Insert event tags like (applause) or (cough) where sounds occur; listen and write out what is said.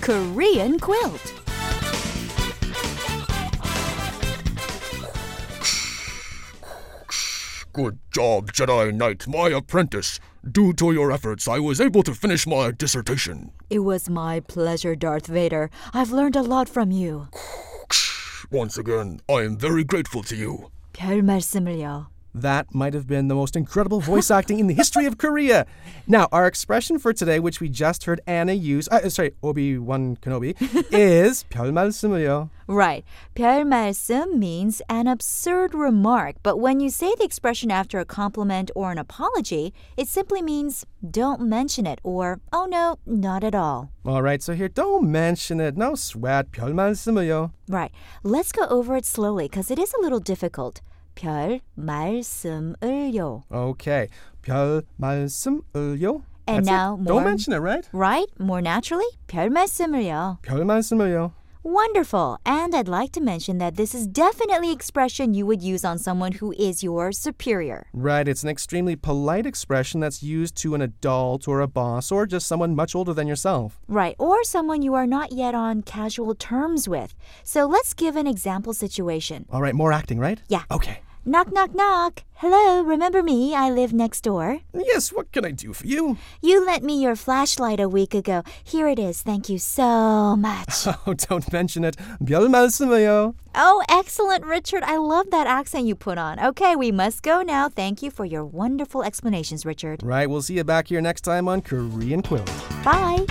Korean quilt. Good job, Jedi Knight, my apprentice. Due to your efforts, I was able to finish my dissertation. It was my pleasure, Darth Vader. I've learned a lot from you. Once again, I am very grateful to you. 별 말씀을요. That might have been the most (laughs) incredible voice acting in the history of Korea. Now, our expression for today, which we just heard Anna use, uh, sorry, Obi Wan Kenobi, (laughs) is 별 말씀을요. Right. 별 말씀 means an absurd remark, but when you say the expression after a compliment or an apology, it simply means don't mention it or oh no, not at all. All right, so here, don't mention it. No sweat. 별 말씀을요. Right. Let's go over it slowly because it is a little difficult. 별 말씀을요. Okay. 별 말씀을요. And That's it. now more- Don't mention it, right? Right? More naturally, 별 말씀을요. 별 말씀을요. Wonderful. And I'd like to mention that this is definitely expression you would use on someone who is your superior. Right, it's an extremely polite expression that's used to an adult or a boss or just someone much older than yourself. Right, or someone you are not yet on casual terms with. So let's give an example situation. All right, more acting, right? Yeah. Okay. Knock, knock, knock. Hello, remember me? I live next door. Yes, what can I do for you? You lent me your flashlight a week ago. Here it is. Thank you so much. (laughs) Oh, don't mention it. 별 말씀을요. oh, excellent, Richard. I love that accent you put on. Okay, we must go now. Thank you for your wonderful explanations, Richard. Right, we'll see you back here next time on Korean Quilt. Bye.